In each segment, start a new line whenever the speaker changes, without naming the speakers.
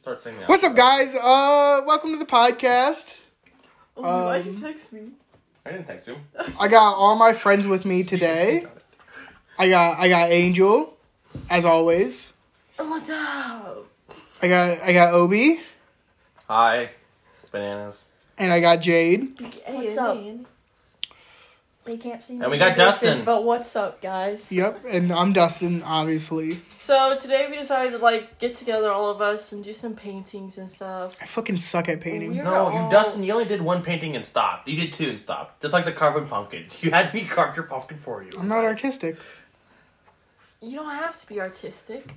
Start singing.
What's up, guys? Uh, welcome to the podcast.
Oh, why'd
Um,
you text me?
I didn't text you.
I got all my friends with me today. I got I got Angel, as always.
What's up?
I got I got Obi,
Hi, bananas.
and I got Jade.
What's
up?
What's
They can't see
And we got
faces,
Dustin.
But what's up, guys?
Yep, and I'm Dustin, obviously.
So today we decided to like get together, all of us, and do some paintings and stuff.
I fucking suck at painting.
Weird.
No, you
No.
Dustin. You only did one painting and stopped. You did two and stopped. Just like the carving pumpkins. You had me carve your pumpkin for you.
I'm not artistic.
You don't have to be artistic.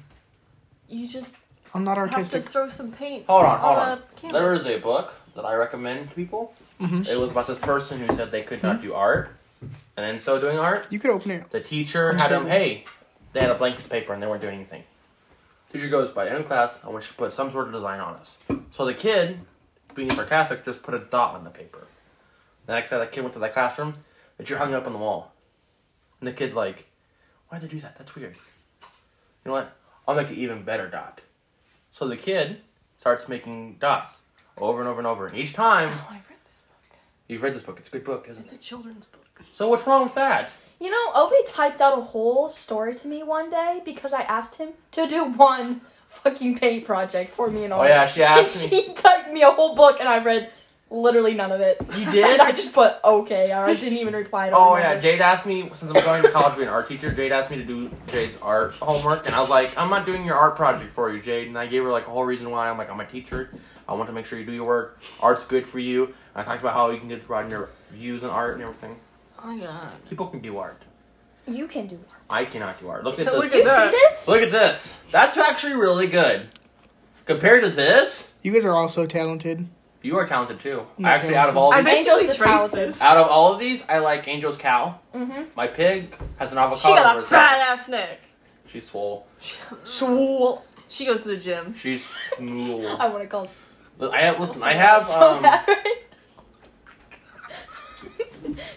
You just
I'm not
have
artistic.
to throw some paint.
Hold on, hold
a
on.
canvas.
There is a book that I recommend to people.
Mhm.
It was about this person who said they could not do art, and in so doing art,
You could open it.
the teacher
I'm
had them.
sorry.
Hey, they had a blank piece of paper and they weren't doing anything. Teacher goes, by end of class, I want you to put some sort of design on us. So the kid, being sarcastic, just put a dot on the paper. The next day, that kid went to that classroom. But you're hung up on the wall, and the kid's like, "Why'd they do that? That's weird." You know what? I'll make an even better dot. So the kid starts making dots over and over and over, and each time
Oh, I read this book.
you've read this book. It's a good book, isn't
It's
it?
a children's book.
So what's wrong with that?
You know, Obi typed out a whole story to me one day because I asked him to do one fucking paint project for me and all.
Oh yeah, she
and
asked me.
she typed me a whole book, and I read literally none of it.
You did?
and I just put okay. I didn't even reply. I don't
Oh yeah,
remember.
Jade asked me since I'm going to college to be an art teacher. Jade asked me to do Jade's art homework, and I was like, "I'm not doing your art project for you, Jade." And I gave her like a whole reason why. I'm like, "I'm a teacher. I want to make sure you do your work. Art's good for you." And I talked about how you can get broaden your views on art and everything.
Oh my god.
People can do art.
You can do. It.
I cannot do art. Look at
Look
this.
You
at
see
that.
this?
Look at this. That's actually really good. Compared to this,
You guys are all so talented.
you are talented too.
I'm not
Actually, out of
talented.
all
I
these,
bet- Angel's
basically
the
traced
talented.
this.
out of all of these, I like Angel's cow.
Mm-hmm.
My pig has an
She
avocado.
got
over
a
his head.
fat ass neck.
She's swole.
Swole. She goes to the gym.
She's smooth.
I want to call. it
I have, listen, I have,
Oh, so
um,
bad. right?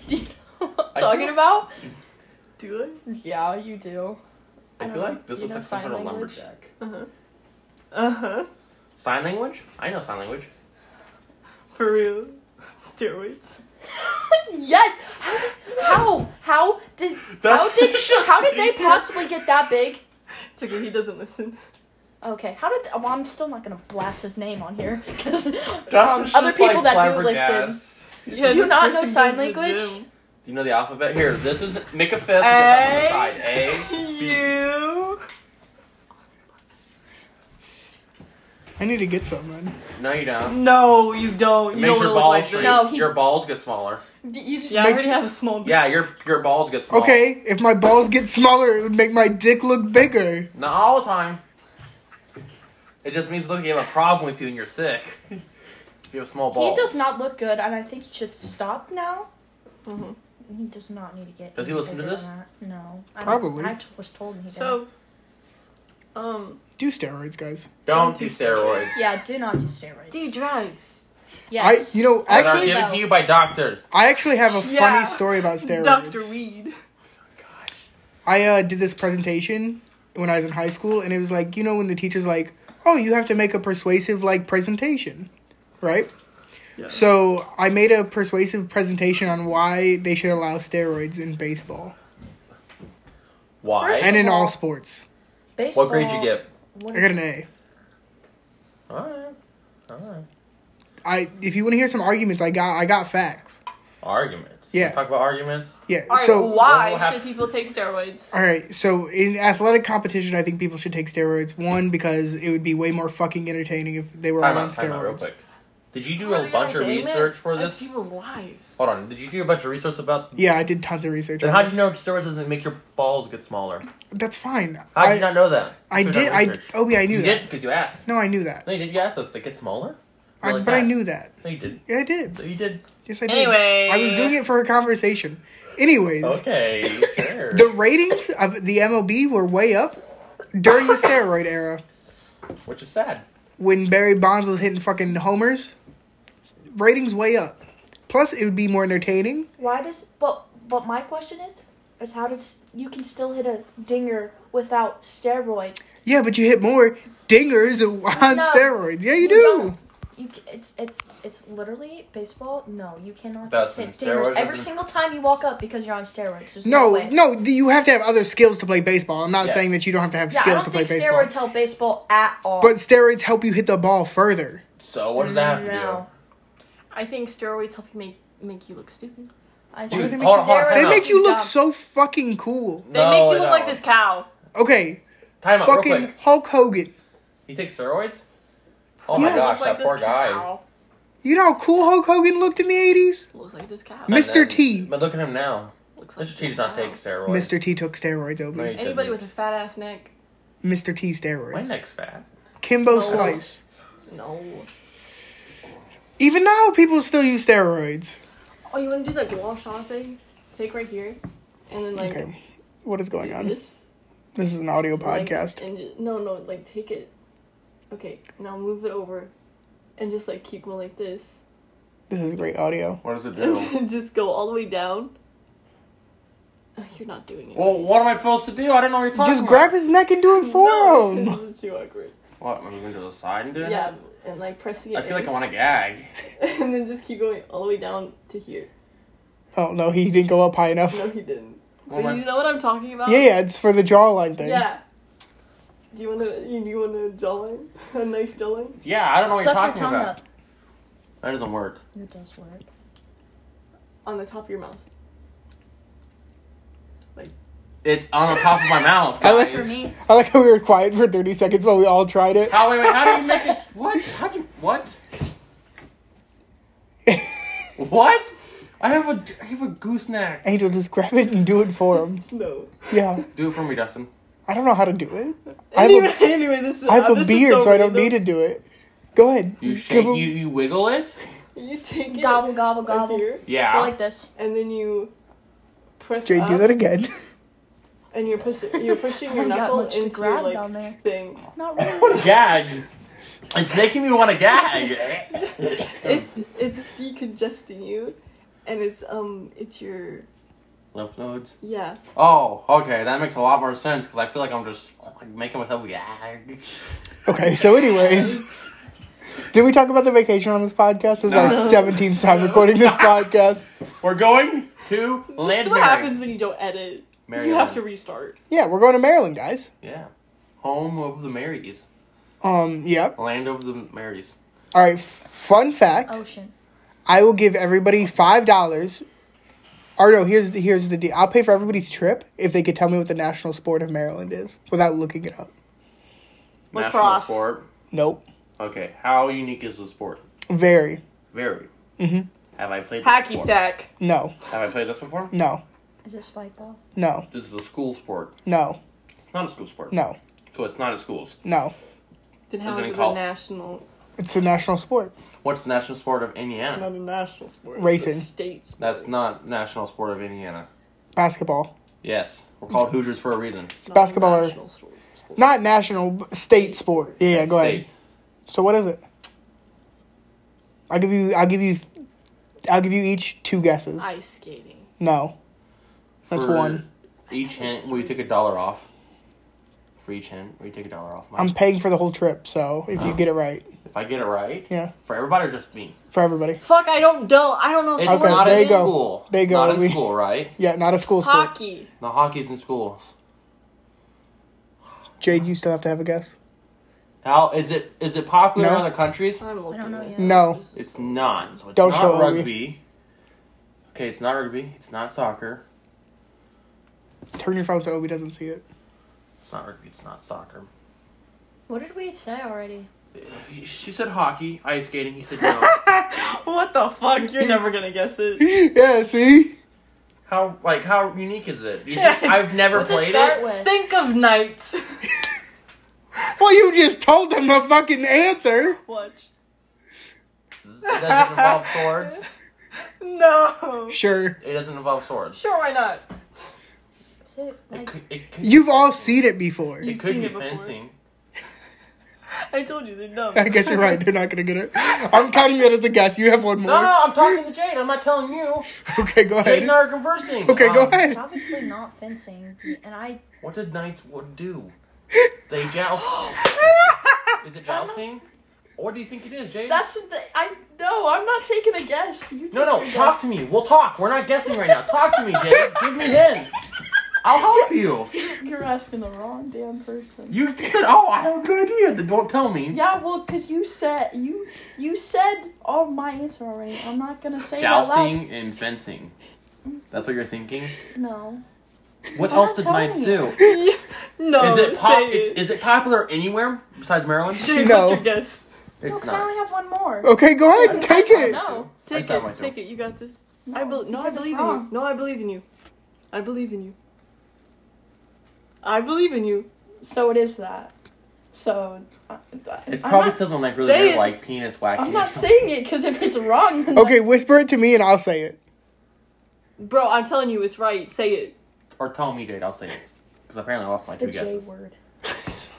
do you know what
I
I'm talking
feel-
about?
Do it.
Yeah, you do.
I feel
don't
like this
know.
looks like
You know
some
sign
sort of
language?
lumberjack.
Uh huh. Uh huh.
Sign language? I know sign language.
For real. Steroids.
yes. How? How did? How
That's-
did?
just-
How did they possibly get that big?
It's okay. He doesn't listen.
Okay. How did? well, I'm still not gonna blast his name on here because
Dustin's
um, other
just,
people
like,
that do
flabbergasted.
listen.
Yeah,
Do you
this
not know
person
sign
goes to the
language?
gym.
Do you know the alphabet? Here, this is make a fist. because I'm on the side.
A.
eh? A.
You.
I need to get some, man.
No, you don't.
No, you don't.
It
You
makes your
don't want to look
balls
like
shrink.
this.
No, he-
Your balls get smaller.
D- You just
Yeah, I already has a small.
Yeah, your your balls get smaller.
Okay, if my balls get smaller, it would make my dick look bigger.
Not all the time. It just means look, you have a problem with you and you're sick. You have small
he
balls.
does not look good, and I think he should stop now.
Mhm.
He does not need to get.
Does he
any
listen to
bigger
this?
than that. No. I don't-
Probably.
I was told he did.
So, um,
Do steroids, guys.
Don't do steroids.
Yeah. Do not do steroids.
drugs.
Yes.
I, you know,
That are
actually,
given
no.
to you by doctors.
I actually have a
Yeah.
funny story about steroids.
Doctor Weed.
I uh, did this presentation when I was in high school, and it was like, you know, when the teacher's like, oh, you have to make a persuasive, like, presentation, right?
Yeah.
So I made a persuasive presentation on why they should allow steroids in baseball
Why?
First-
and in all
Well-
sports.
Baseball.
what grade you get?
what
I got
is-
an A.
Alright. Alright.
I if you want to hear some arguments, I got I got facts.
Arguments.
Yeah.
Talk about arguments.
Yeah.
All right.
so
What will
why
happen-
should people take steroids?
All right, so in athletic competition, I think people should take steroids. One because it would be way more fucking entertaining if they were all
Time
on
out, time out, real
steroids.
quick. Did you do
For
a
the
bunch of
entertainment,
research for
that's
this?
people's lives.
Hold on. Did you do a bunch of research about?
Yeah, I did tons of research.
Then
on
how
this.
do you know steroids doesn't make your balls get smaller?
That's fine.
How did
I,
you not know that?
I
Should've
did.
done
I
research.
oh yeah, I knew
You
that.
did because you asked.
No, I knew that.
No, you did. You asked us. They get smaller.
I,
Like
but I
that.
knew that.
No, you did.
Yeah, I did.
No, you did.
Yes, I did.
Anyway,
I was doing it for a conversation. Anyways,
Okay. sure.
the ratings of the MLB were way up during the steroid era
Which is sad.
when Barry Bonds was hitting fucking homers. Ratings way up. Plus, it would be more entertaining.
Why does but but my question is is how does you can still hit a dinger without steroids?
Yeah, but you hit more. dingers on
No.
steroids. Yeah, you
You
do.
You, c- it's it's it's literally baseball. No, you cannot
That's
just hit
when steroids
dingers every
isn't-
single time you walk up because you're on steroids. There's no,
No,
way.
no, th- you have to have other skills to play baseball. I'm not
Yeah.
saying that you don't have to have
yeah, I
skills
don't
to play
think
baseball.
steroids help baseball at all.
But steroids help you hit the ball further.
So what does that have
No.
I think steroids help you make make you look stupid.
I
Dude,
think
hold on, hold on,
steroids
time
They
No.
make you look
dumb.
so fucking cool.
to do?
They make you look like this cow.
Okay,
Time out, real
fucking
quick.
Hulk Hogan.
He takes steroids. Oh
Yes.
my gosh,
looks like
that
this
poor guy.
Cow.
You know how cool Hulk Hogan looked in the 80s?
Looks like this cow.
And
Mr.
then-
T.
But look at him now.
Looks like
Mr. T
this
did not
cow.
take steroids.
Mr. T took steroids, Obi.
No, he
Anybody
didn't.
with a fat ass neck.
Mr. T
My
steroids.
neck's fat.
Kimbo
No.
Slice.
No.
Even now, people still use steroids.
Oh, you want to do that wall shot thing? Take right here, and then like
Okay, what is
do
going on?
this.
This is an audio
like,
podcast.
and ju- no, no, like take it. Okay, now move it over, and just like keep going like this,
This is great audio.
What does it
and
do?
then just go all the way down. Ugh, You're not doing it.
well, what am I supposed to do? I don't know what you're talking
Just
about.
grab his neck and do it for
No,
him.
because This is too awkward.
What? Am I going to the side and do it?
Yeah, and like pressing it.
I feel
in,
like I want to gag.
and then just keep going all the way down to here.
Oh no, he didn't go up high enough.
No, he didn't.
Well,
but
my-
you know what I'm talking about?
Yeah, yeah, it's for the jawline thing.
Yeah. Do you want to? You, you want a jawline? A nice jawline?
Yeah, I don't know what
Suck
you're
your
talking
tongue
about.
up.
That doesn't work.
It does work.
On the top of your mouth.
It's on the top of my mouth.
I like-
guys.
For me,
I like how we were quiet for 30 seconds while we all tried it.
How, wait, wait, how do you make it? What? How do you. What? What? I have a, I have a gooseneck.
Angel, just grab it and do it for him.
No.
Yeah,
Do it for me, Dustin.
I don't know how to do it. I have a-
Anyway, anyway, this is. uh,
I have
this
a
is
beard, so I don't
random.
need to do it. Go ahead.
You
Give
shake,
him-
you, you wiggle it?
You take it
gobble, gobble,
right
gobble.
here,
Yeah.
Go like this.
and then you press
Jay,
up,
do that again.
and you're pushing, you're pushing your
Haven't got
knuckle
much to
into your
grab
like
down there.
thing.
Oh.
Not
I
really.
want to gag. It's making me want to gag.
It's it's decongesting you, and it's um it's your
Lymph nodes.
yeah.
Oh, okay. That makes a lot more sense because I feel like I'm just like, making myself gag.
Okay, so anyways. Did we talk about the vacation on this podcast? This is our
No.
17th time recording this podcast.
We're going to
This
land
is what happens when you don't edit. You have to restart.
Yeah, we're going to Maryland, guys.
Yeah. Home of the Marys.
Um, yep.
Land of the Marys.
All right, f- fun fact.
Oh,
Ocean.
I will give everybody five dollars. Or no, here's the, here's the deal. I'll pay for everybody's trip if they could tell me what the national sport of Maryland is without looking it up.
National
Lacrosse.
sport.
Nope.
Okay. How unique is the sport?
Very.
Very.
Mm-hmm.
Mhm.
Have I played this
Hacky
before?
sack.
No.
Have I played this before?
No.
Is it spike ball?
No.
This is a school sport.
No.
It's not a school sport.
No.
So it's not at schools.
No.
Then
Is
how
it
is
in
it a
col-
national?
It's the national sport.
What's the national sport of
It's not
Indiana?
a national sport.
Racing.
It's a state sport.
That's not national sport of Indiana.
Basketball.
Yes. We're called Hoosiers for a reason.
It's basketball or not national but state sport. Yeah, yeah, go ahead.
State.
So what is it? I'll give you I'll give you I'll give you each two guesses.
Ice skating.
No. That's
For
one.
Each hint, we take a dollar off. For each hint, we take a dollar off.
I'm
Mike.
paying for the whole trip, so if you
Oh.
get it right.
If I get it right,
Yeah.
for everybody or just me?
For everybody.
Fuck! I don't know. I don't know.
It's
sports.
Okay,
not
there
in
you go.
school.
There you go,
Not in
we-
school, right?
Yeah, not a school sport.
Hockey.
No, hockey's in schools.
Jade, you still have to have a guess.
How is it? Is it popular
No.
in other countries?
I'm looking
I don't know
this
yet.
No.
up. This is-
It's not. So it's
Don't
not
show Obi.
rugby. Okay, it's not rugby. It's not soccer.
Turn your phone so Obi doesn't see it.
It's not rugby. It's not soccer.
What did we say already?
She said hockey, ice skating. He said no.
what the fuck? You're never gonna guess it.
yeah, see?
how like how unique is it? You-
Yeah, it's-
I've never
What to
played
start
it.
with?
Think of nights.
Well, you just told them the fucking answer.
Watch.
It doesn't involve swords.
No.
Sure.
It doesn't involve swords.
Sure, why not?
Is it
It
like
could, it could,
You've all seen it before.
It
You've
could
seen
be
it before.
fencing.
I told you they're dumb.
I guess you're right. They're not going to get it. I'm counting that as a guess. You have one more.
No, no, I'm talking to Jade. I'm not telling you.
Okay, go
Jade
ahead.
and I are conversing.
Okay, go
Um,
it's
ahead.
obviously not fencing, and I
What did knights would do? They joust. Is it
I'm not-
jousting? What do you think it is, Jade?
That's the, I no, I'm not taking a guess. You
no, no.
take a
Talk
guess.
to me. We'll talk. We're not guessing right now. Talk to me, Jade. Give me hints. I'll help you.
You're asking the wrong damn person.
You said, "Oh, I have a good idea." Then don't tell me.
Yeah, well, because you said you you said all my answer already. I'm not gonna say it out loud.
Jousting and fencing. That's what you're thinking.
No.
What
I'm not
else did
telling
knights
you.
do?
no,
is it pop?
say
Is,
it.
is Oh, it popular anywhere besides Maryland?
Jay,
No.
what's your guess?
no,
It's
'cause I only
not.
have one more.
Okay, go
I-
ahead, take
I don't
it.
know. No.
I
Take
just have
it.
my two.
Take it. You got this.
No,
I bel no, I
because it's
believe in you.
wrong.
No, I believe in you. I believe in you. I believe in you.
So it is that. So I, I,
It's
I'm
probably
not,
something like really
say
weird,
it.
like penis wacky.
I'm not saying it because if it's wrong, then
Okay, whisper it to me and I'll say it.
Bro, I'm telling you, it's right. Say it.
Or tell me, Jade. I'll say it because apparently I lost
that's
my
the
two
J
guesses.
word.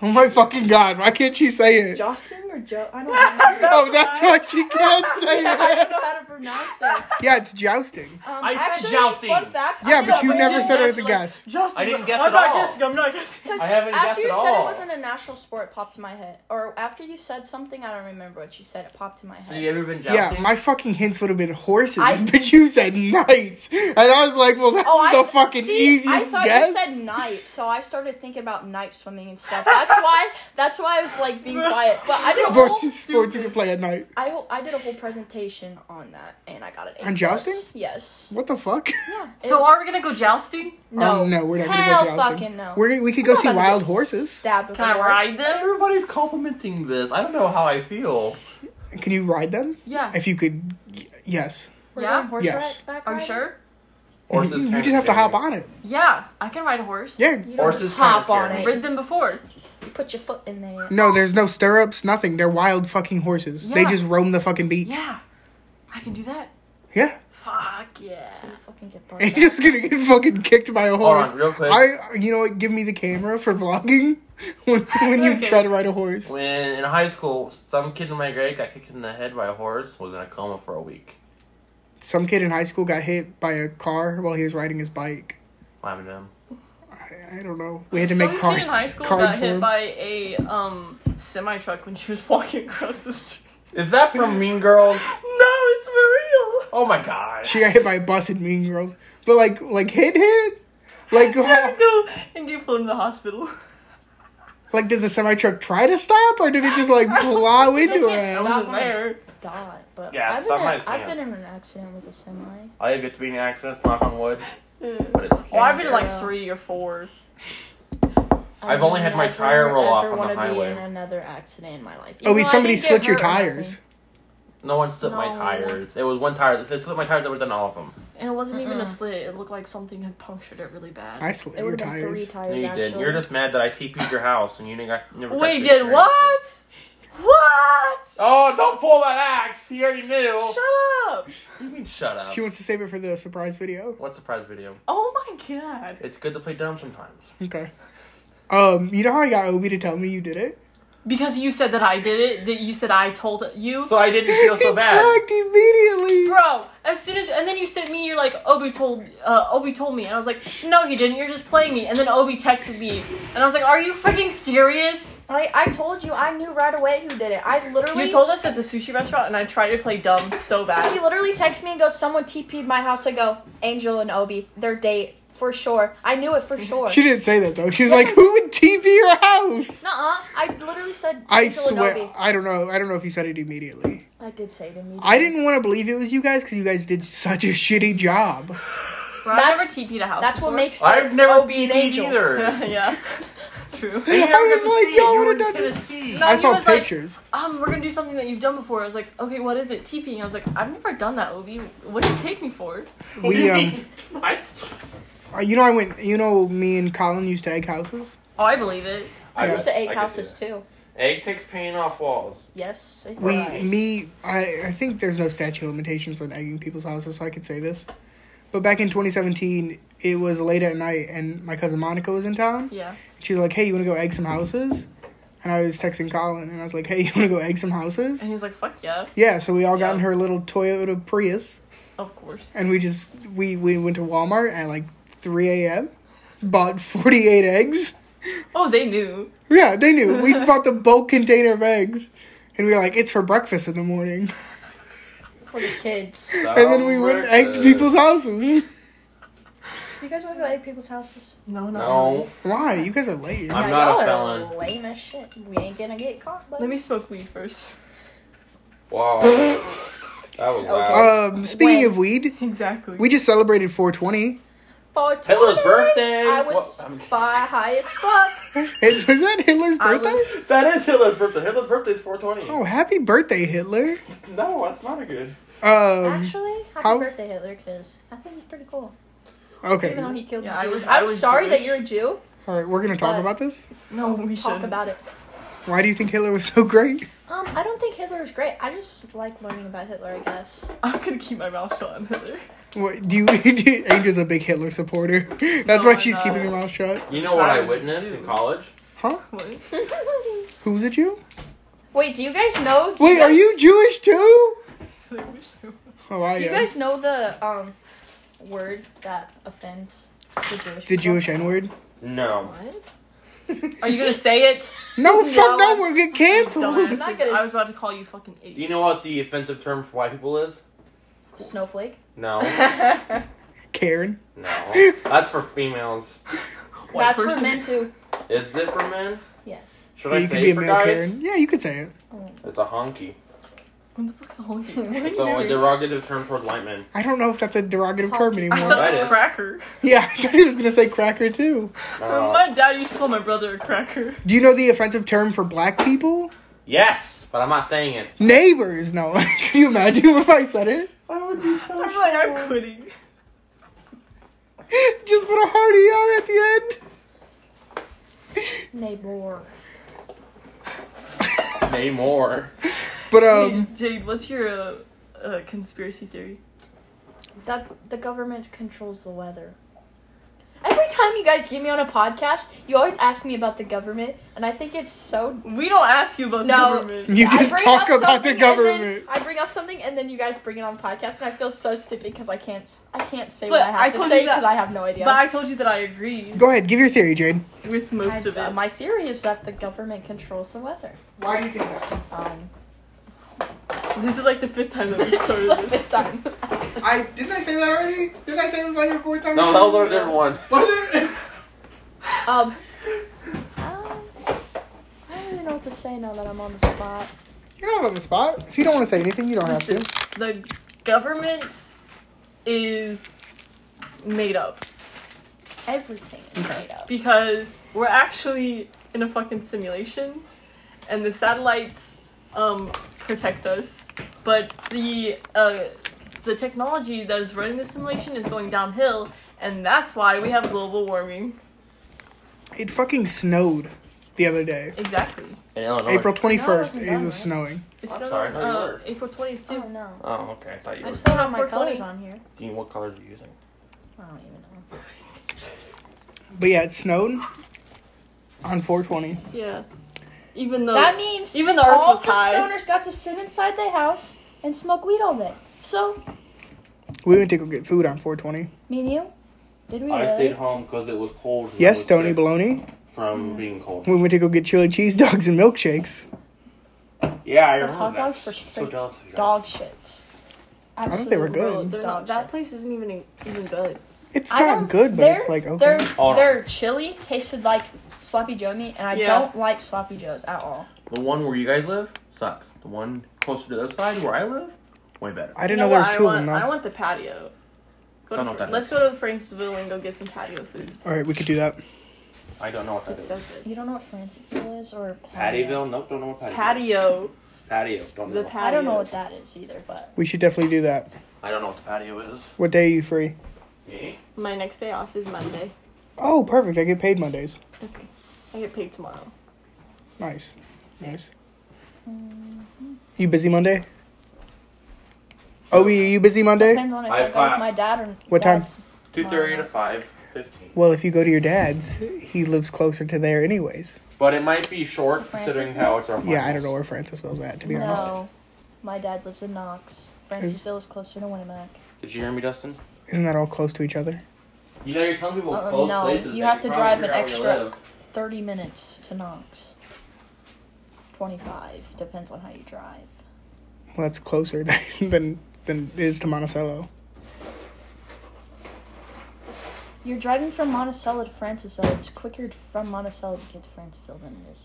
Oh my fucking god, why can't she say it?
Jostin or Joe? I don't know.
Oh, that's why she can't say
Yeah, I don't
it.
know how to pronounce it.
Yeah, it's jousting.
Um,
I said
actually,
jousting.
Fun fact.
Yeah,
I
but
didn't
you
know
never
that.
said it as a guess.
Justin,
I didn't guess
I'm
at
not
all.
guessing. I'm not guessing.
Because
I haven't guessed
after you
at
said
all.
it wasn't a national sport, it popped in my head. Or after you said something, I don't remember what you said. It popped in my
So
head.
you ever been
Yeah,
jousting?
my fucking hints would have been horses,
I-
but you said knights. And I was like, well, that's the fucking
see, Oh, I
easiest
thought
guess.
you said night, so I started thinking about night swimming and stuff. That's why. That's why I was like being quiet. But I did a whole.
sports, sports you can play at night.
I ho- I did a whole presentation on that, and I got an A.
On
plus.
jousting?
Yes.
What the fuck?
Yeah.
So are we gonna go jousting?
no.
Um, no, we're not gonna
Hell
go jousting.
fucking no.
We're, we could
I'm
go
not
see
about to
wild
get
horses.
Stabbed with
Can I
a horse.
ride them?
Everybody's complimenting this. I don't know how I feel.
Can you ride them?
Yeah.
If you could, y- yes.
We're
Yeah?
going horse
Yes.
ride- back
Are you
riding?
sure?
Horses
you
kinda
just have to
scary.
hop on it.
Yeah, I can ride a horse.
Yeah.
You don't
Horses
just hop
kinda
on
scare me.
it.
Rid them before.
You put your foot in there.
No, there's no stirrups, nothing. They're wild fucking horses. They
Yeah.
just roam the fucking beach. Yeah.
Yeah, I can do that. Fuck yeah.
Mm.
You fucking get burned.
You're
out.
just gonna get fucking kicked by a
Hold
horse.
on, real quick.
I, you know what? Give me the camera for vlogging when, when you
Okay.
try to ride a horse.
When in high school, some kid in my grade got kicked in the head by a horse. Was in a coma for a week.
Some kid in high school got hit by a car while he was riding his bike.
What happened to him?
I, I don't know. We had to
Some
make
kid
cars.
in high school
cards
got
for him.
hit by a um semi truck when she was walking across the street.
Is that from Mean Girls?
No, it's for real.
Oh my god.
She got hit by a bus in Mean Girls, but like, like hit, hit. Like,
You had to
how-
go and get flown to the hospital.
like did the semi truck try to stop, or did it just like plow into
Stop
I
her?
wasn't
on it.
there.
Die, but
Yeah,
I've, been in,
somebody's
I've
gonna-
been in an accident with a semi.
I didn't get to be in accidents. Knock on wood. But it's
Well, I've been
scary.
like
Yeah.
three or four.
I've only had my
never,
tire roll off
ever
on the
wanna
highway.
Be in another accident in my life.
Oh,
Even
we
though I
somebody
didn't get
slipped your
hurt or nothing.
tires.
No one slipped my
No.
tires. It was one tire. If they slipped my tires, I would have done all of them.
And it wasn't even a
Mm-mm.
slit. It looked like something had punctured it really bad.
I slipped
It
your
would have been
tires.
three
No,
tires.
you
actually.
did. You're just mad that I TP'd your house and you never got. Never got to
we did
experience it.
what? What?
Oh, don't pull that axe. He already knew.
Shut up!
you can shut up.
Um,
She wants to save it for the surprise video.
What surprise video?
Oh my god.
It's good to play dumb sometimes.
Okay. Um, you know how I got Obi to tell me you did it?
Because you said that I did it, that you said I told you.
So I didn't feel
he
so bad.
cracked immediately.
Bro, as soon as and then you sent me, you're like Obi told uh, Obi told me, and I was like, no, he didn't. You're just playing me. And then Obi texted me, and I was like, are you freaking serious?
I, I told you I knew right away who did it. I literally
You told us at the sushi restaurant, and I tried to play dumb so
he
bad.
literally texted me and goes, "Someone TP'd my house." I go, "Angel and Obi, their date for sure." I knew it for sure.
She didn't say that though. She was like, "Who would TP your house?"
Nuh-uh. I literally said
I
Angel and
swear,
Obi.
I don't know. I don't know if you said it immediately.
I did say to me.
I didn't want to believe it was you guys because you guys did such a shitty job.
Bro, I
That's-
never TP'd a house.
That's what
before.
makes it
I've
Oh,
never
Obi
been
and Angel.
either.
yeah, true.
You never
I
got
was
to
like,
see it.
y'all
You were
would've
in
done it.
Tennessee.
No,
I
he
saw
was like-
pictures.
Um, we're gonna do something that you've done before. I was like, okay, what is it? TPing. I was like, I've never done that, Obi. What do you take me for?
we um,
What?
uh, you know, I went. You know, me and Colin used to egg houses.
Oh, I believe it.
I used to
I
egg
could do
houses
that.
too.
Egg takes paint off walls.
Yes. it
We,
does.
me, I, I think there's no statute of limitations on egging people's houses, so I could say this. But back in 2017, it was late at night, and my cousin Monica was in town.
Yeah.
She was like, "Hey, you want to go egg some houses?" And I was texting Colin, and I was like, "Hey, you want to go egg some houses?"
And he was like, fuck yeah,
Yeah, so we all got in
Yeah.
her little Toyota Prius,
of course.
and we just we we went to Walmart at like 3 a.m. Bought 48 eggs.
Oh, they knew.
Yeah, they knew. We bought the bulk container of eggs, and we were like, "It's for breakfast in the morning."
for the kids.
and
Oh,
then we went and egged people's houses.
You guys want to go egg people's houses?
No, not
No.
really.
Why? You guys are late.
I'm not
Now,
a
y'all are
felon.
Lame as shit. We ain't gonna get caught. But
Let me smoke weed first.
Wow. That was loud.
Um, speaking
When?
of weed,
Exactly.
we just celebrated 420.
for
Hitler's
Twitter,
birthday.
I was
What- I'm-
spy high as fuck.
Is, was that Hitler's
I was-
birthday?
That is Hitler's birthday. Hitler's birthday is 420.
Oh, happy birthday, Hitler.
No, that's not a good.
Um,
Actually, happy
how-
birthday, Hitler, because I think he's pretty cool.
okay.
Even though he killed
Yeah,
the
I
Jews.
was- I
I'm
was
sorry that
Jewish.
you're a Jew.
All right, we're going to talk
But-
about this.
no, we should
Talk about it.
Why do you think Hitler was so great?
Um, I don't think Hitler is great. I just like learning about Hitler, I guess.
I'm gonna keep my mouth shut on Hitler.
What, do you, do, Angel's a big Hitler supporter. That's
No,
why
I'm
she's
not.
keeping her mouth shut.
You know what I
That is
witnessed in
cute.
college?
Huh?
What?
Who's a Jew?
Wait, do you guys know? do
Wait, are
guys-
you Jewish too?
So I wish I was.
Oh, I
Do you
am.
guys know the um word that offends the Jewish?
the
people?
Jewish N word?
No.
What?
Are you gonna say it?
No,
No,
fuck no,
I'm-
we'll get
Dumbass.
canceled.
not gonna
I was
s-
about to call you fucking idiot.
Do you know what the offensive term for white people is?
Snowflake.
No.
Karen.
No. That's for females.
White
That's for
person.
men too.
Is it for men?
Yes.
Should
Yeah,
I
you could
say
be a
for
male
guys?
Karen. Yeah, you could say it.
It's a honky.
What the fuck's a honky? What are you
It's a
doing?
derogative term towards white men.
I don't know if that's a derogative
Honky.
term
I
anymore.
thought it
That
was
is.
cracker.
Yeah, I thought he was gonna say cracker too.
Uh,
My dad used to call my brother a cracker.
Do you know the offensive term for black people?
yes, but I'm not saying it.
Neighbors. No, can you imagine if I said it?
I would be so
I'm like, I'm quitting.
Just put a hard er at the end.
Neighbor.
Nay more.
But um,
Jade, what's your uh, uh, conspiracy theory?
That the government controls the weather. Every time you guys get me on a podcast, you always ask me about the government, and I think it's so.
We don't ask you about
No.
the government.
you
I
just
bring
talk
up
about the
something, and then
government.
I bring up something, and then you guys bring it on podcast, and I feel so stupid because I can't. s- I can't say
But
what I have
I
to
told
say
you that-
because I have no idea.
But I told you that I agree
Go ahead, give your theory, Jade.
with most of
I- uh,
it.
my theory is that the government controls the weather.
Why do you think that?
Um,
This is like the fifth time that we
this is
started
like
this.
this time.
I didn't I say that already? Didn't I say it was like a four times?
No, that was a different one.
Was it?
Um, um, I don't really know what to say now that I'm on the spot.
You're not on the spot. If you don't want to say anything, you don't have to.
The government is made up
Everything is
Okay.
made up.
because we're actually in a fucking simulation, and the satellites um, protect us, but the uh, the technology that is running the simulation is going downhill, and that's why we have global warming.
It fucking snowed the other day.
Exactly.
In Illinois.
April twenty first,
No, it wasn't
it
done,
was
right?
snowing.
It's
I'm
not
sorry,
on,
no, you
uh,
were.
April twentieth too.
Oh no.
Oh, okay. I thought you
I
were.
still have my
420.
colors on here.
Do you- What color are you using?
I don't even know.
But yeah, it snowed on four twenty.
Yeah. Even though
That means
even the Earth
all
was
the
high.
stoners got to sit inside their house and smoke weed all day. So,
We went to go get food on four twenty.
me and you, did we
I
really?
stayed home because it was cold. and I
Yes,
was
Stony
sick
Baloney.
From being cold.
We went to go get chili cheese dogs and milkshakes.
Yeah, I
Those
remember
hot
that.
dogs were
so
straight
jealous of you guys.
Dog shit.
I think they were
Bro,
good.
they're
Dog
not- that
shit.
place isn't even in- even good.
It's
I
not
don't-
good, but
their-
it's like okay.
Their
Hold on.
their chili tasted like sloppy joe meat, and I
Yeah.
don't like sloppy joes at all.
The one where you guys live sucks. The one closer to the other side where I live, way better.
I didn't know, there was two
I want,
of them
I
though.
want the patio. Go
Don't
to,
know what that
let's
is.
go to Franksville and go get some patio food.
All right, we could do that.
I don't know what that
It's
is.
so good.
You don't know what Flansville is or
Pattyville? Nope, don't know what Pattyville.
Patio.
Patio. Don't
The
know.
patio.
I don't know what that is either, but
We should definitely do that.
I don't know what the patio is.
What day are you free?
Me?
My next day off is Monday.
Oh, perfect. I get paid Mondays.
Okay. I get paid tomorrow.
Nice, nice. You busy Monday? Oh, you busy Monday?
depends on if
I
I,
have
go with
class.
my dad or
What time?
dad's-
2.30 to 5.15.
Well, if you go to your dad's, he lives closer to there, anyways.
But it might be short considering
Francis?
how it's our
Yeah, I
finals.
don't know where Francisville's at, to be honest.
No, my dad lives in Knox. Francisville is closer to Winnemac.
Did you hear me, Dustin?
Isn't that all close to each other?
You know, you're telling people
Uh,
close
no,
places.
you
they
have
can
to
probably
drive an
figure out where you
extra-
live.
30 minutes to Knox. 25, depends on how you drive.
Well, that's closer than than, than it is to Monticello.
You're driving from Monticello to Francisville. It's quicker t- from Monticello to get to Francisville than it is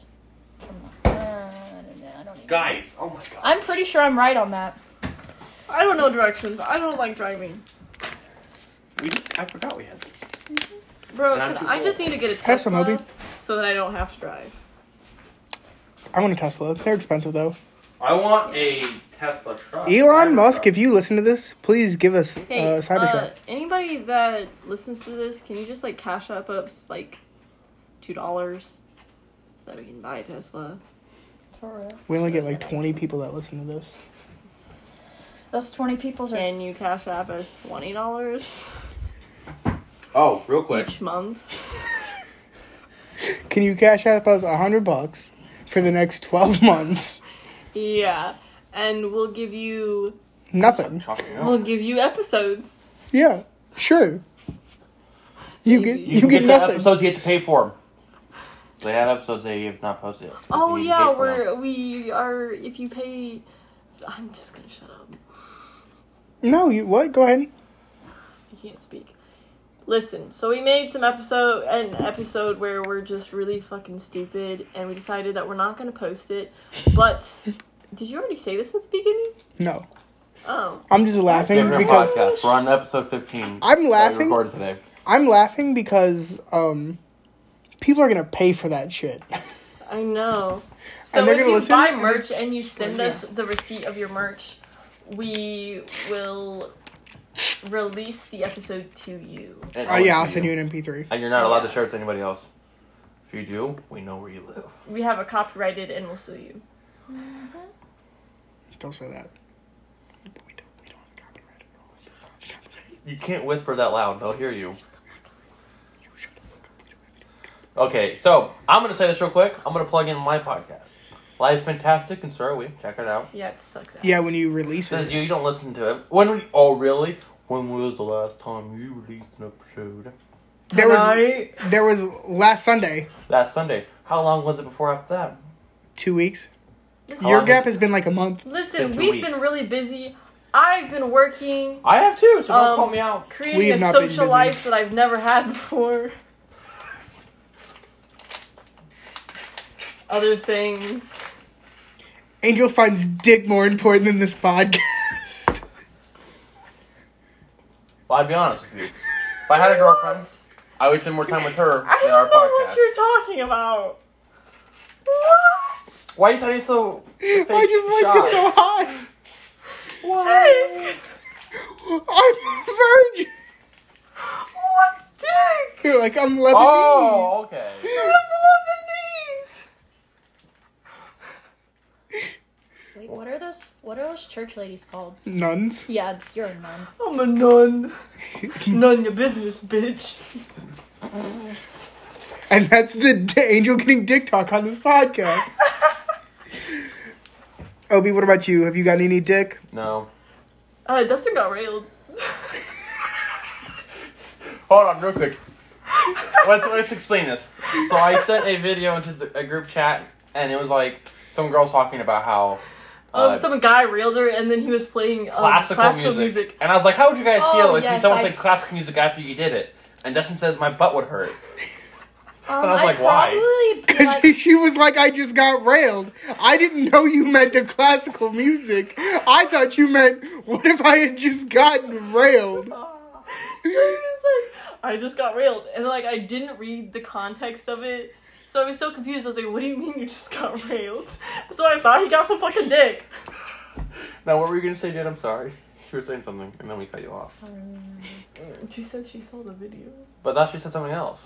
from. Mon- Uh, I don't know. I don't even
Guys, oh my god.
I'm pretty sure I'm right on that.
I don't know directions. I don't like driving.
We just, I forgot we had this.
Bro,
And I'm
can-
too
I just
full.
need to get a
Have some,
Tesla
Obi.
so that I don't have to drive.
I want a Tesla. They're expensive though.
I want a Tesla truck.
Elon Musk, if you listen to this, please give us uh,
Hey,
a cyber
uh, anybody that listens to this, can you just like cash up us like two dollars that we can buy a Tesla?
For real.
We only get like twenty people that listen to this.
Those 20 people's are.
Can you cash up us twenty dollars
Oh, real quick.
each month?
Can you cash out us a hundred bucks for the next twelve months?
Yeah, and we'll give you
Nothing.
Chocolate
Oh,
milk.
we'll give you episodes.
Yeah, sure. You get
You,
you,
can get,
get,
the
nothing.
episodes you get to pay for them. They have episodes they have not posted. yet.
Oh
You
yeah,
pay for them.
we're we are. If you pay, I'm just gonna shut up.
No, you what? Go ahead.
I can't speak. Listen, so we made some episode an episode where we're just really fucking stupid, and we decided that we're not gonna post it. But did you already say this at the beginning?
No,
Oh,
I'm just laughing
Different
because
podcast. We're on episode 15.
I'm
that we
laughing.
recorded today.
I'm laughing because um, people are gonna pay for that shit.
I know. So
they're
if
gonna
you
listen,
buy
and
merch
it's-
and you send
yeah.
us the receipt of your merch, we will release the episode to you.
Oh yeah, I'll send you an MP3.
And you're not allowed to share it to anybody else. If you do, we know where you live.
We have a copyrighted, and we'll sue you.
Don't say that. But we don't. We don't have copyright. We don't have copyright.
You can't whisper that loud. They'll hear you.
You shut the fuck up. We don't have
Okay, so I'm gonna say this real quick. I'm gonna plug in my podcast. Life's fantastic, and so are we. Check it out.
Yeah, it sucks.
to- Yeah,
ass.
when you release
Says
it.
you, you don't listen to it. When we, oh really? When was the last time you released an episode?
There was
Tonight-
there was last Sunday,
Last Sunday. How long was it before after that?
two weeks.
Listen,
Your
Um,
gap has been like a month.
Listen,
Been two
we've
weeks.
been really busy. I've been working,
I have too. So don't
Um,
call me out.
creating
We have
a
not been
social
busy.
life that I've never had before. Other things.
Angel finds dick more important than this podcast.
Well, I'd be honest with you. If I had a girlfriend, I would spend more time with her
I
than our
don't know
podcast.
what you're talking about. What?
Why are you sounding so?
Why'd your voice get so high?
Dick?
I'm a virgin.
What's dick?
You're like I'm Lebanese.
Oh, okay.
I'm Lebanese.
Wait, what are those? What are those church ladies called? Um,
Nuns.
Yeah, it's- you're a nun.
I'm a nun. None your business, bitch.
And that's the d- angel getting dick talk on this podcast. Obi, what about you? Have you gotten any dick?
No.
Uh, Dustin got railed.
Hold on, real quick. let's let's explain this. So I sent a video into the, a group chat, and it was like some girls talking about how
Um,
uh,
some guy railed her, and then he was playing um,
classical,
classical,
music. and I was like, "How would you guys
Oh,
feel if
yes,
someone
I
played
s-
classical music after you did it?" And Dustin says, "My butt would hurt."
Um,
I was
I'd
like, why?
Probably be
Because
like,
she was like, I just got railed. I didn't know you meant the classical music. I thought you meant, what if I had just gotten railed?
Ah. so he was like, I just got railed, and like I didn't read the context of it, so I was so confused. I was like, What do you mean you just got railed? So I thought he got some fucking dick.
Now, what were you gonna say, Jed? I'm sorry. You were saying something, and then we cut you off.
She said she saw the video.
But I thought she said something else.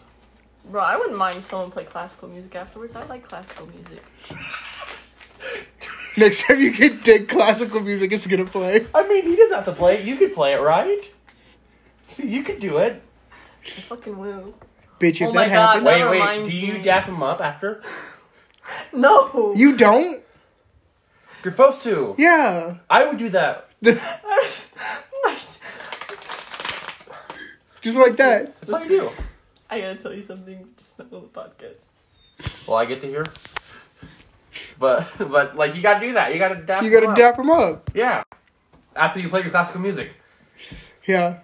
Bro, I wouldn't mind if someone played classical music afterwards. I like classical music.
Next time you get dick, classical music is gonna play.
I mean, he doesn't have to play it. You could play it, right? See, you could do it.
I fucking woo.
Bitch, if
Oh my
that
God,
happened.
That
Wait, wait.
reminds
Do
me.
you dap him up after?
No.
You don't?
You're supposed to.
Yeah.
I would do that.
Just like that.
That's all you do.
I gotta tell you something. Just not on the podcast.
Well, I get to hear. But but like you gotta do that. You gotta dap.
You
them
gotta
up.
dap them up.
Yeah. After you play your classical music.
Yeah.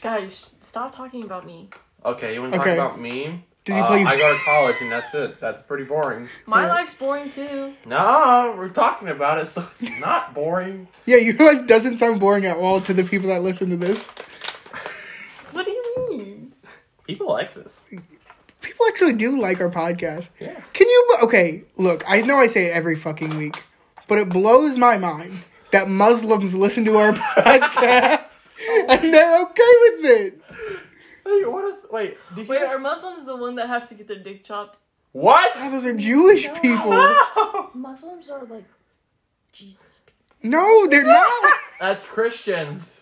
Guys, stop talking about me.
Okay, you want to
Okay.
talk about me?
Does he
Uh,
play?
I go to college and that's it. That's pretty boring.
My
Yeah.
life's boring too.
No, we're talking about it, so it's not boring.
yeah, your life doesn't sound boring at all to the people that listen to this.
What do you mean?
People like this.
People actually do like our podcast.
Yeah.
Can you? Okay, look, I know I say it every fucking week, but it blows my mind that Muslims listen to our podcast and they're okay with it.
Wait, what is? Wait. Did you
Wait,
hear-
are Muslims the one that have to get their dick chopped?
Oh,
what?
those are Jewish
Oh.
people.
Muslims are like Jesus
No, they're not.
That's Christians.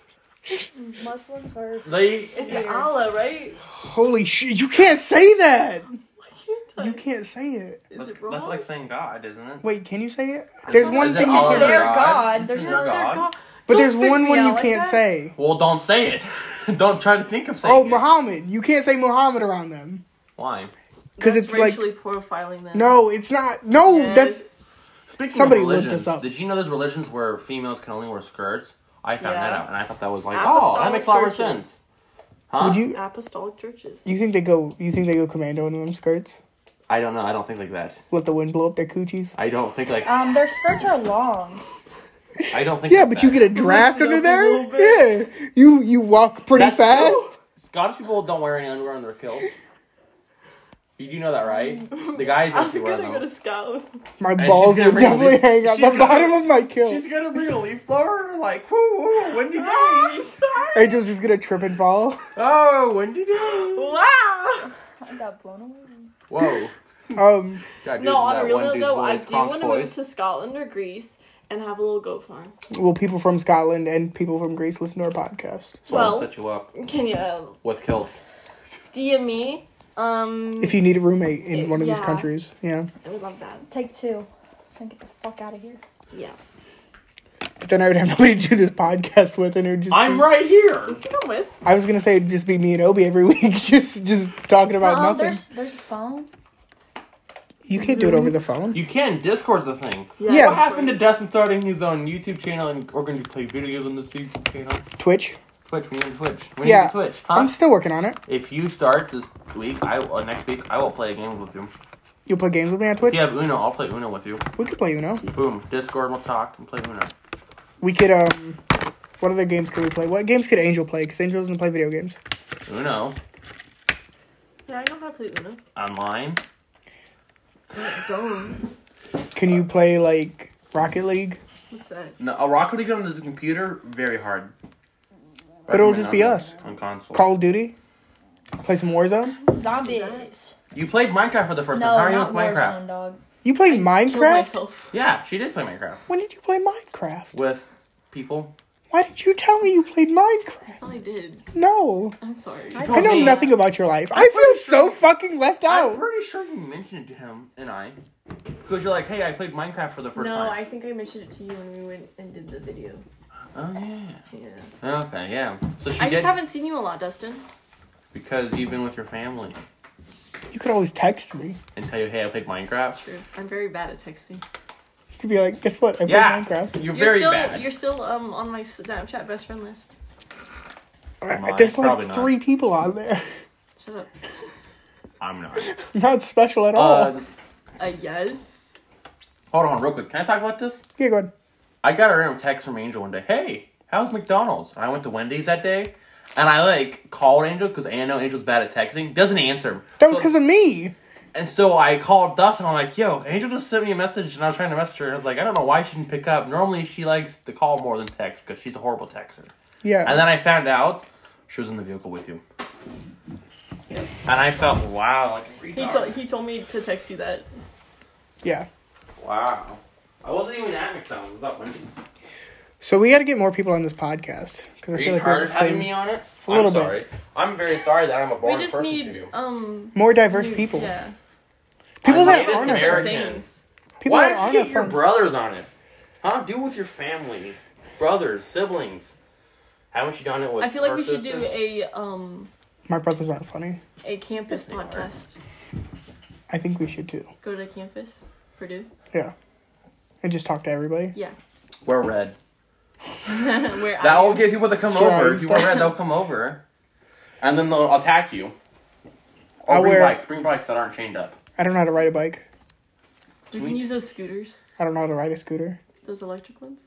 people. Muslims are.
They.
It's
Weird.
Allah, right?
Holy shit! You can't say that.
Why can't I?
You can't say it.
Is it
That's-
wrong?
That's like saying God, isn't it?
Wait, can you say it? There's
Is
one
it
thing you
all
can
of
their
say,
God?
God. There's
Is it
no
their
They're
God?
God.
but
Don't
there's
freak
one
me
one
out
you
like
can't
that.
say.
Well, don't say it. don't try to think of saying.
Oh,
it.
Muhammad. You can't say Muhammad around them.
Why?
Because
That's
it's like.
racially profiling them.
No, it's not. No,
Yes.
that's.
Speaking of
Somebody looked
religions,
this up.
Did you know there's religions where females can only wear skirts? I found that
Yeah.
out, and I thought that was like, oh,
Apostolic
that makes a lot more
churches.
sense. Huh?
Would
Uh,
you.
Apostolic churches.
You think they go. You think they go commando in them skirts?
I don't know. I don't think like that.
Let the wind blow up their coochies?
I don't think
Uh,
like.
Um, their skirts are long.
I don't think.
Yeah,
like
but
that.
you get a draft
Lift it
under
up a little
there? Yeah. You you walk pretty
That's
fast?
true. Scottish people don't wear any underwear on their kilts. You do know that, right? The guys
I'm
actually
gonna
wear
go to
them.
scout.
My
she's
balls
gonna
will
bring
definitely
the-
hang out
she's
the
gonna-
bottom of my kilt.
gonna bring a leaf blower, like, whoo, whoo, windy day.
Angel's just gonna trip and fall.
Oh, windy day.
Wow.
I got blown away.
Whoa.
Um,
God, dude,
No, on
that
a real
one
note
dude's
though, I
voice,
do
Conk's
want to
voice.
move to Scotland or Greece and have a little goat farm.
well, people from Scotland and people from Greece listen to our podcast.
So I'll
Well-
set you up
Can you
with kilts.
DM me? Um,
If you need a roommate in one of these
Yeah.
countries, yeah.
I would love that.
Take two. So I can get the fuck out of here.
Yeah.
But then I would have nobody to do this podcast with, and it would just.
I'm
be-
right here.
You come with.
I was gonna say it'd just be me and Obi every week, just just talking about
Um,
nothing.
there's there's a phone.
You can't do it over the phone.
You can. Discord's the thing.
Yeah.
What happened to Dustin starting his own YouTube channel and we're going to play video games on this YouTube channel?
Twitch.
Twitch, we need Twitch. We
Yeah.
need Twitch. Huh?
I'm still working on it.
If you start this week, I or next week, I will play a game with you.
You'll play games with me on
If
Twitch.
you have Uno, I'll play Uno with you.
We could play Uno.
Boom. Discord, we'll talk and play Uno.
We could um. What other games could we play? What games could Angel play? Because Angel doesn't play video games.
Uno
Yeah, I know how to play Uno.
online.
Don't.
Can you play like Rocket League?
What's that?
No, a Rocket League on the computer, very hard.
But it'll
Recommend
just
on
be
the-
us.
on console.
Call of Duty. Play some Warzone.
Zombies.
You played Minecraft for the first
No,
time. How are you
not
with Minecraft?
Warzone, dog.
You played
Kill
Minecraft.
myself.
Yeah, she did play Minecraft
When did you play Minecraft?
with people.
Why did you tell me you played Minecraft?
I thought I did.
No.
I'm sorry.
I know
Okay.
nothing about your life. I feel so fucking left
I'm
out.
pretty sure you mentioned it to him and I, because you're like, "Hey, I played Minecraft for the first
no,
time."
I think I mentioned it to you when we went and did the video.
Oh
Yeah.
yeah. Okay, yeah. So she
I
did
just haven't seen you a lot, Dustin.
because you've been with your family
You could always text me.
and tell you, "Hey, I played Minecraft."
True. I'm very bad at texting.
You could be like, guess what? I played
Yeah,
Minecraft.
you're,
You're
very
still
bad.
you're still um on my Snapchat best friend list.
Mine,
There's like
probably not.
three people on there.
Shut up.
I'm not.
Not special at all.
Uh,
Uh, yes.
hold on, real quick. Can I talk about this?
yeah, go ahead.
I got a random text from Angel one day. Hey, how's McDonald's? And I went to Wendy's that day, and I like called Angel because I know Angel's bad at texting. Doesn't answer.
That was
So-
because of me.
And so I called Dustin. I'm like, Yo, Angel just sent me a message, and I was trying to message her. And I was like, I don't know why she didn't pick up. Normally she likes to call more than text because she's a horrible texter.
Yeah.
And then I found out she was in the vehicle with you. And I felt wow, like a
He
retard.
told he told me to text you that.
yeah.
wow. I wasn't even at McDonald's. That Wendy's.
So we got to get more people on this podcast because I
Are
feel
you
like we're the
tired of having
same.
me on it?
A little
I'm
bit.
sorry. I'm very sorry that I'm a boring
we just
person to
need
you.
um
More diverse
new-
people.
Yeah.
People
I
that
hate it,
aren't
the
our
American.
friends.
Things.
People
Why
that
don't
aren't
you
our
get your
friends.
brothers on it? Huh? Do it with your family, brothers, siblings. Haven't you done it with?
I feel like we
her
should do
sisters?
a um
My brother's not funny.
a campus
They are.
podcast.
I think we should too.
Go to campus, Purdue.
And just talk to everybody.
Wear red.
Where
That
I
will get people to come
Sorry,
over. If you wear
sorry.
red, they'll come over, and then they'll attack you. Or
I
bring
wear-
bikes. Bring bikes that aren't chained up.
I don't know how to ride a bike.
we can use those scooters,
I don't know how to ride a scooter.
those electric ones.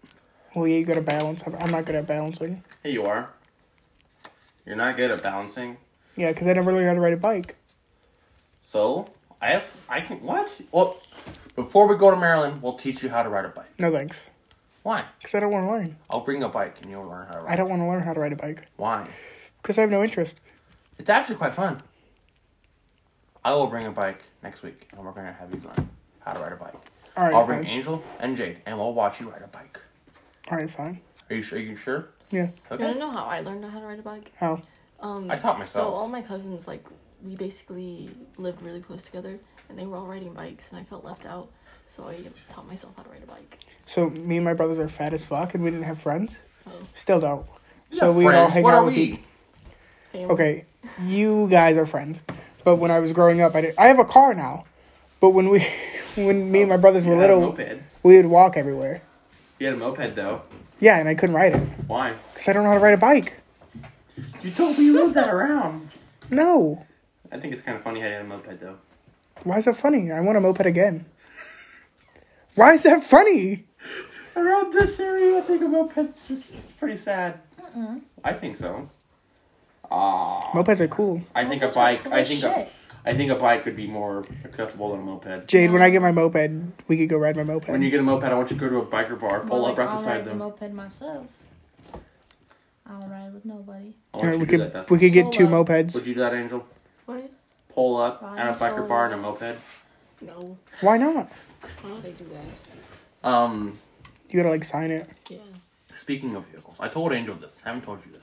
Well, yeah, you gotta balance. I'm- I'm not good at balancing.
Hey, you are. You're not good at balancing.
Yeah, because I never learned how to ride a bike.
So I have. I can. What? Well, before we go to Maryland, we'll teach you how to ride a bike.
No thanks.
Why?
Because I don't want to learn.
I'll bring a bike and you'll learn how to ride.
I don't want to learn how to ride a bike.
Why?
Because I have no interest.
It's actually quite fun. I will bring a bike next week, and we're gonna have you learn how to ride a bike.
All right,
I'll bring
fine.
Angel and Jade, and we'll watch you ride a bike.
All right, fine.
Are you sure? Are you sure?
Yeah.
I don't
Okay.
know how I learned how to ride a bike.
How?
Um,
I taught
So
myself.
all my cousins, like, we basically lived really close together, and they were all riding bikes, and I felt left out, so I taught myself how to ride a bike.
So me and my brothers are fat as fuck, and we didn't have friends.
So
Still don't.
We're
so
not
we'd all
friends.
hang
what
out
are
with
we?
each-
family.
Okay, you guys are friends, but when I was growing up, I did. I have a car now, but when we, when me and my brothers
You
were
had a
little,
moped.
we would walk everywhere.
You had a moped though.
Yeah, and I couldn't ride it
Why?
because I don't know how to ride a bike.
You told me you rode that around.
No,
I think it's kind of funny how you had a moped though.
why is that funny? I want a moped again. Why is that funny?
Around this area, I think a moped's just it's pretty sad. I think so. Ah.
Mopeds are cool.
I think a
Mopeds are
bike.
cool
I
as
think a,
shit.
I think a bike would be more acceptable than a moped.
Jade, when I get my moped, we could go ride my moped.
When you get a moped, I want you to go to a biker bar, pull
Well,
up right
I'll
beside
ride
them.
the moped myself. I don't ride with nobody.
I
All
want
right,
you
we
to do that.
could
Dustin.
we could get two
Solo.
mopeds.
Would you do that, Angel?
What?
Pull up
Ride
at a biker
solo.
bar and a moped.
No.
Why not?
Why would I do that?
Um,
You gotta like sign it.
Yeah.
speaking of vehicles, I told Angel this. I haven't told you this.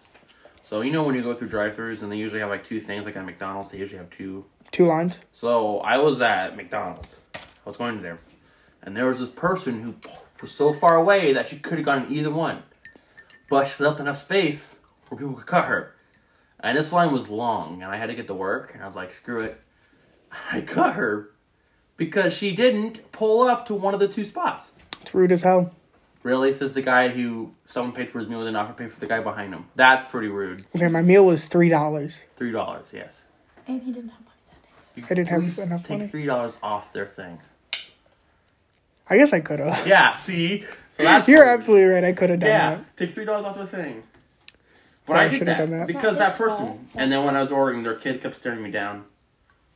So you know when you go through drive-throughs and they usually have like two things, like at McDonald's they usually have two
Two lines.
So I was at McDonald's. I was going there, and there was this person who was so far away that she could have gotten either one, but she left enough space where people could cut her. And this line was long, and I had to get to work, and I was like, "Screw it!" I cut her because she didn't pull up to one of the two spots.
It's rude as hell.
Really, says the guy who someone paid for his meal did not pay for the guy behind him. That's pretty rude.
Okay, my meal was three dollars.
Three dollars, yes.
And he didn't have money that day.
You
I didn't have
please
enough
Take
money.
three dollars off their thing.
I guess I could have.
Yeah, see? So that's
You're
rude.
absolutely right. I could have done
Yeah,
that.
take three dollars off the thing. But
Yeah,
I,
I
did
should've
that,
done that.
because
It's not
that
your
person.
fault.
And then when I was ordering, their kid kept staring me down.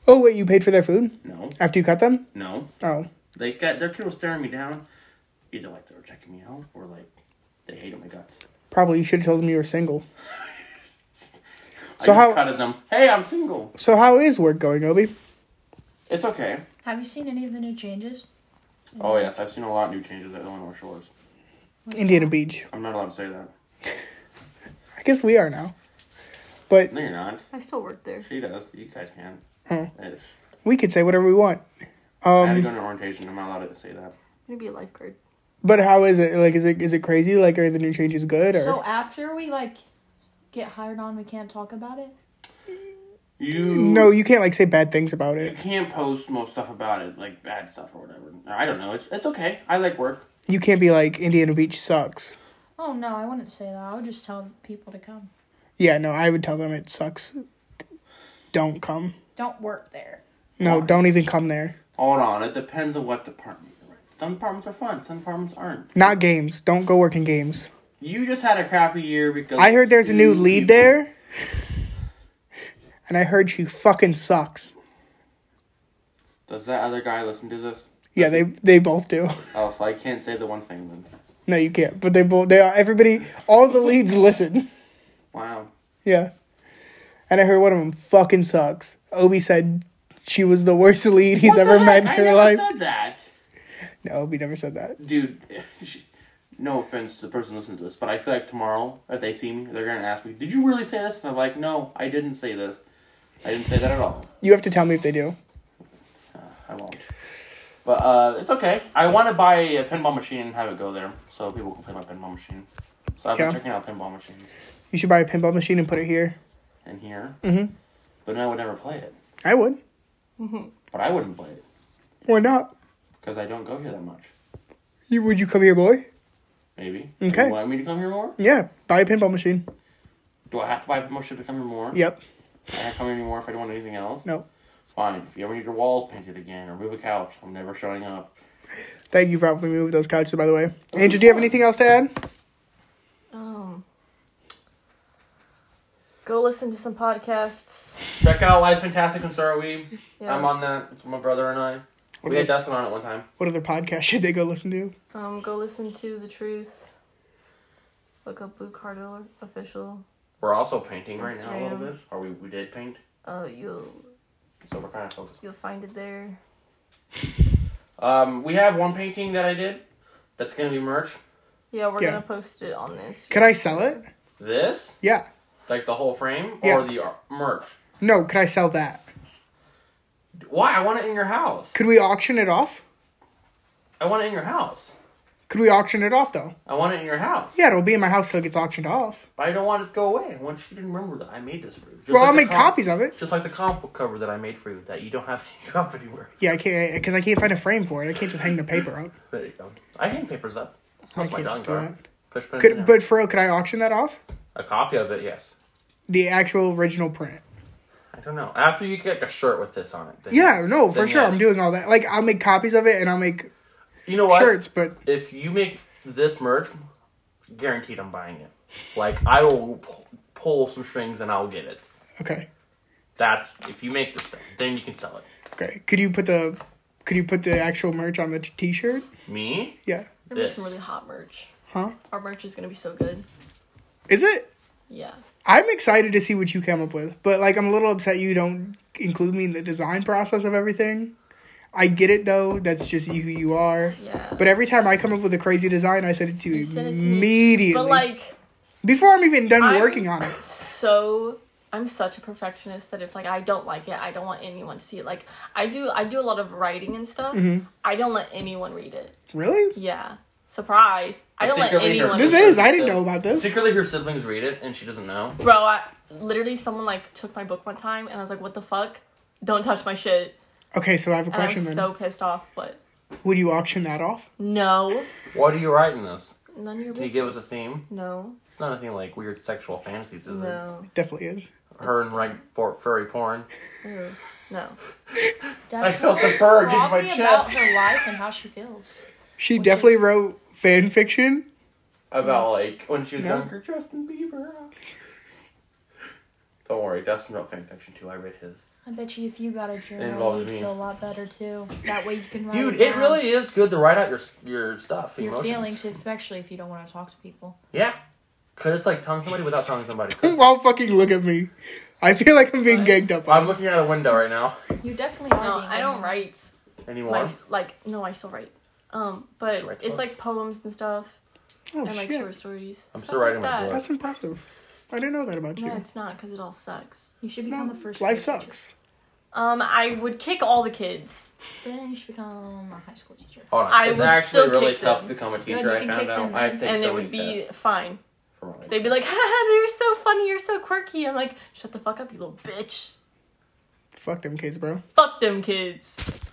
Oh wait, you paid for their food
No,
after you cut them?
no,
Oh,
they got their kid was staring me down. Either like they were checking me out, or like they hated my guts.
probably you should have told them you were single.
I
So
just
how-
cut at them? Hey, I'm single.
So how is work going, Obi?
It's okay.
Have you seen any of the new changes?
Oh yes, I've seen a lot of new changes at Illinois Shores.
Indiana Beach.
I'm not allowed to say that.
I guess we are now, but
No, you're not.
I still work there.
She does. You guys can.
Hmm.
It's-
we could say whatever we want.
I had to go
Um,
to orientation. I'm not allowed to say that.
I'm gonna be a lifeguard.
but how is it? Like, is it is it crazy? Like, are the new changes good? Or
So after we like get hired on, we can't talk about it.
You
no, you can't like say bad things about
You
it.
can't post most stuff about it, like bad stuff or whatever. I don't know. It's it's okay. I like work.
You can't be like Indiana Beach sucks.
Oh no, I wouldn't say that. I would just tell people to come.
Yeah, no, I would tell them it sucks. Don't come.
Don't work there.
No,
Why?
don't even come there.
Hold on. It depends on what department you're in. Some departments are fun. Some departments aren't.
Not games. Don't go work in games.
You just had a crappy year because
I heard there's a new lead
people-
there. And I heard she fucking sucks.
Does that other guy listen to this?
Yeah, they they both do.
Oh, so I can't say the one thing then.
No, you can't. But they both they are everybody all the leads listen.
Wow.
Yeah. And I heard one of them fucking sucks. Obi said she was the worst lead he's
What the
ever
heck?
met in
I
her
never
life.
Said that,
No, Obi never said that.
dude. No offense to the person listening to this, but I feel like tomorrow, if they see me, they're gonna ask me, "Did you really say this?" And I'm like, "No, I didn't say this. I didn't say that at all."
You have to tell me if they do.
I won't. But uh, it's okay. I want to buy a pinball machine and have it go there so people can play my pinball machine. So I've
Yeah.
been checking out pinball machines
You should buy a pinball machine and put it here.
in here,
Mm-hmm.
but I would never play it.
I would.
Mhm.
But I wouldn't play it
Why not?
because I don't go here that much.
You, would you come here, boy?
Maybe.
Okay.
You want me to come here more?
Yeah, buy a pinball machine.
Do I have to buy promotion to come here more?
Yep.
I can't come here anymore if I don't want anything else.
No.
Fine. If you ever need your walls painted again or move a couch, I'm never showing up.
Thank you for helping me with those couches, by the way. Angel, do you have anything else to add?
Um, go listen to some podcasts.
Check out Life's Fantastic and So Are We.
Yeah.
I'm on that. It's my brother and I.
What
we had
other,
Dustin on it one time.
what other podcast should they go listen to?
Um, go listen to the truth. Look up Blue Card official.
We're also painting right now a little
Instagram.
bit. Or we, we did paint,
Uh, you'll
so we're kind of focused.
you'll find it there.
Um, we have one painting that I did that's going to be merch.
Yeah, we're
Yeah.
gonna post it on this.
Could I sell it?
This,
Yeah.
like the whole frame,
Yeah.
or the ar- merch.
No, could I sell that?
Why? I want it in your house.
Could we auction it off?
I want it in your house.
Could we auction it off, though?
I want it in your house.
Yeah, it'll be in my house till it gets auctioned off.
But I don't want it to go away. I want you to remember that I made this for you. Just
well,
like
I'll
the
make
com-
copies of it.
Just like the comic book cover that I made for you that you don't have to hang up anywhere.
Yeah, I can't because I can't find a frame for it. I can't just hang the paper up.
There you go. I hang papers up. That's
I
my
can't
dog
just do
guard.
that.
Push pins
Could,
down.
but for real, could I auction that off?
a copy of it, yes.
The actual original print.
I don't know. After you get a shirt with this on it. Then
Yeah, no, for
Then
sure. I'm
yes.
doing all that. Like I'll make copies of it and I'll make
You know what?
shirts, but
If you make this merch, guaranteed I'm buying it. Like, I will pu- pull some strings and I'll get it.
okay,
That's, if you make this thing, then you can sell it.
okay. Could you put the could you put the actual merch on the t- t-shirt?
Me?
Yeah.
We're making some
This.
really hot merch.
Huh?
Our merch is gonna be so good.
Is it?
Yeah.
I'm excited to see what you come up with, but like I'm a little upset you don't include me in the design process of everything. I get it though. That's just you who you are.
Yeah.
But every time I come up with a crazy design, I send it to you,
You send it to me.
immediately.
but like
before I'm even done
I'm-
working on it.
so I'm such a perfectionist that if like I don't like it, I don't want anyone to see it. Like I do I do a lot of writing and stuff. I don't let anyone read it.
Really?
Yeah. Surprise. I
I
don't
think
let
you're reading
anyone
her
This
sister's
is. I didn't
stuff.
know about this.
Secretly, her siblings read it and she doesn't know.
Bro, I literally someone like took my book one time and I was like, What the fuck? Don't touch my shit.
Okay, so I have a
And I
question
was
then.
so pissed off, but
Would you auction that off?
no.
What are you writing this?
None of your
Can you
business.
give us a theme?
no.
It's not anything like weird sexual fantasies, is
No.
Definitely is.
it? Her and right for furry porn.
Ew. No.
I
Definitely.
felt the fur against my
Probably about
chest.
her life and how she feels.
She definitely wrote fan fiction.
About like when she was
No.
younger, Justin Bieber. Don't worry, Dustin wrote fanfiction too. I read his.
I bet you if you got a journal,
involves
you'd
me.
feel a lot better too. That way you can write
Dude,
it,
it
down.
really is good to write out your your stuff,
your
emotions.
feelings, especially if you don't want to talk to people.
Yeah, cause it's like telling somebody without telling somebody. 'Cause
Wow, fucking look at me. I feel like I'm being gagged up
I'm
on.
looking out a window right now.
You definitely are.
No,
being
I don't
ignorant.
write
Anymore?
like like no, I still write. Um, but
She writes
it's
books.
like poems and stuff.
Oh
and like
shit,
short stories.
I'm
Stuff
still writing
like
my
that.
book.
that's impressive. I didn't know that about
No,
you.
it's not because it all sucks.
You should become
No,
the first.
life
grade teacher.
sucks.
Um, I would kick all the kids.
Then you should become a high school teacher.
Hold on,
I
it's
would
actually
still
really
kick
tough
them.
to become a
you
teacher. I
can
found
kick
out.
them
I
then.
take
and
so many
it would be
tests
fine.
for my life.
They'd be like, "Haha, they're so funny, you're so quirky." I'm like, "Shut the fuck up, you little bitch."
Fuck them kids, bro.
Fuck them kids.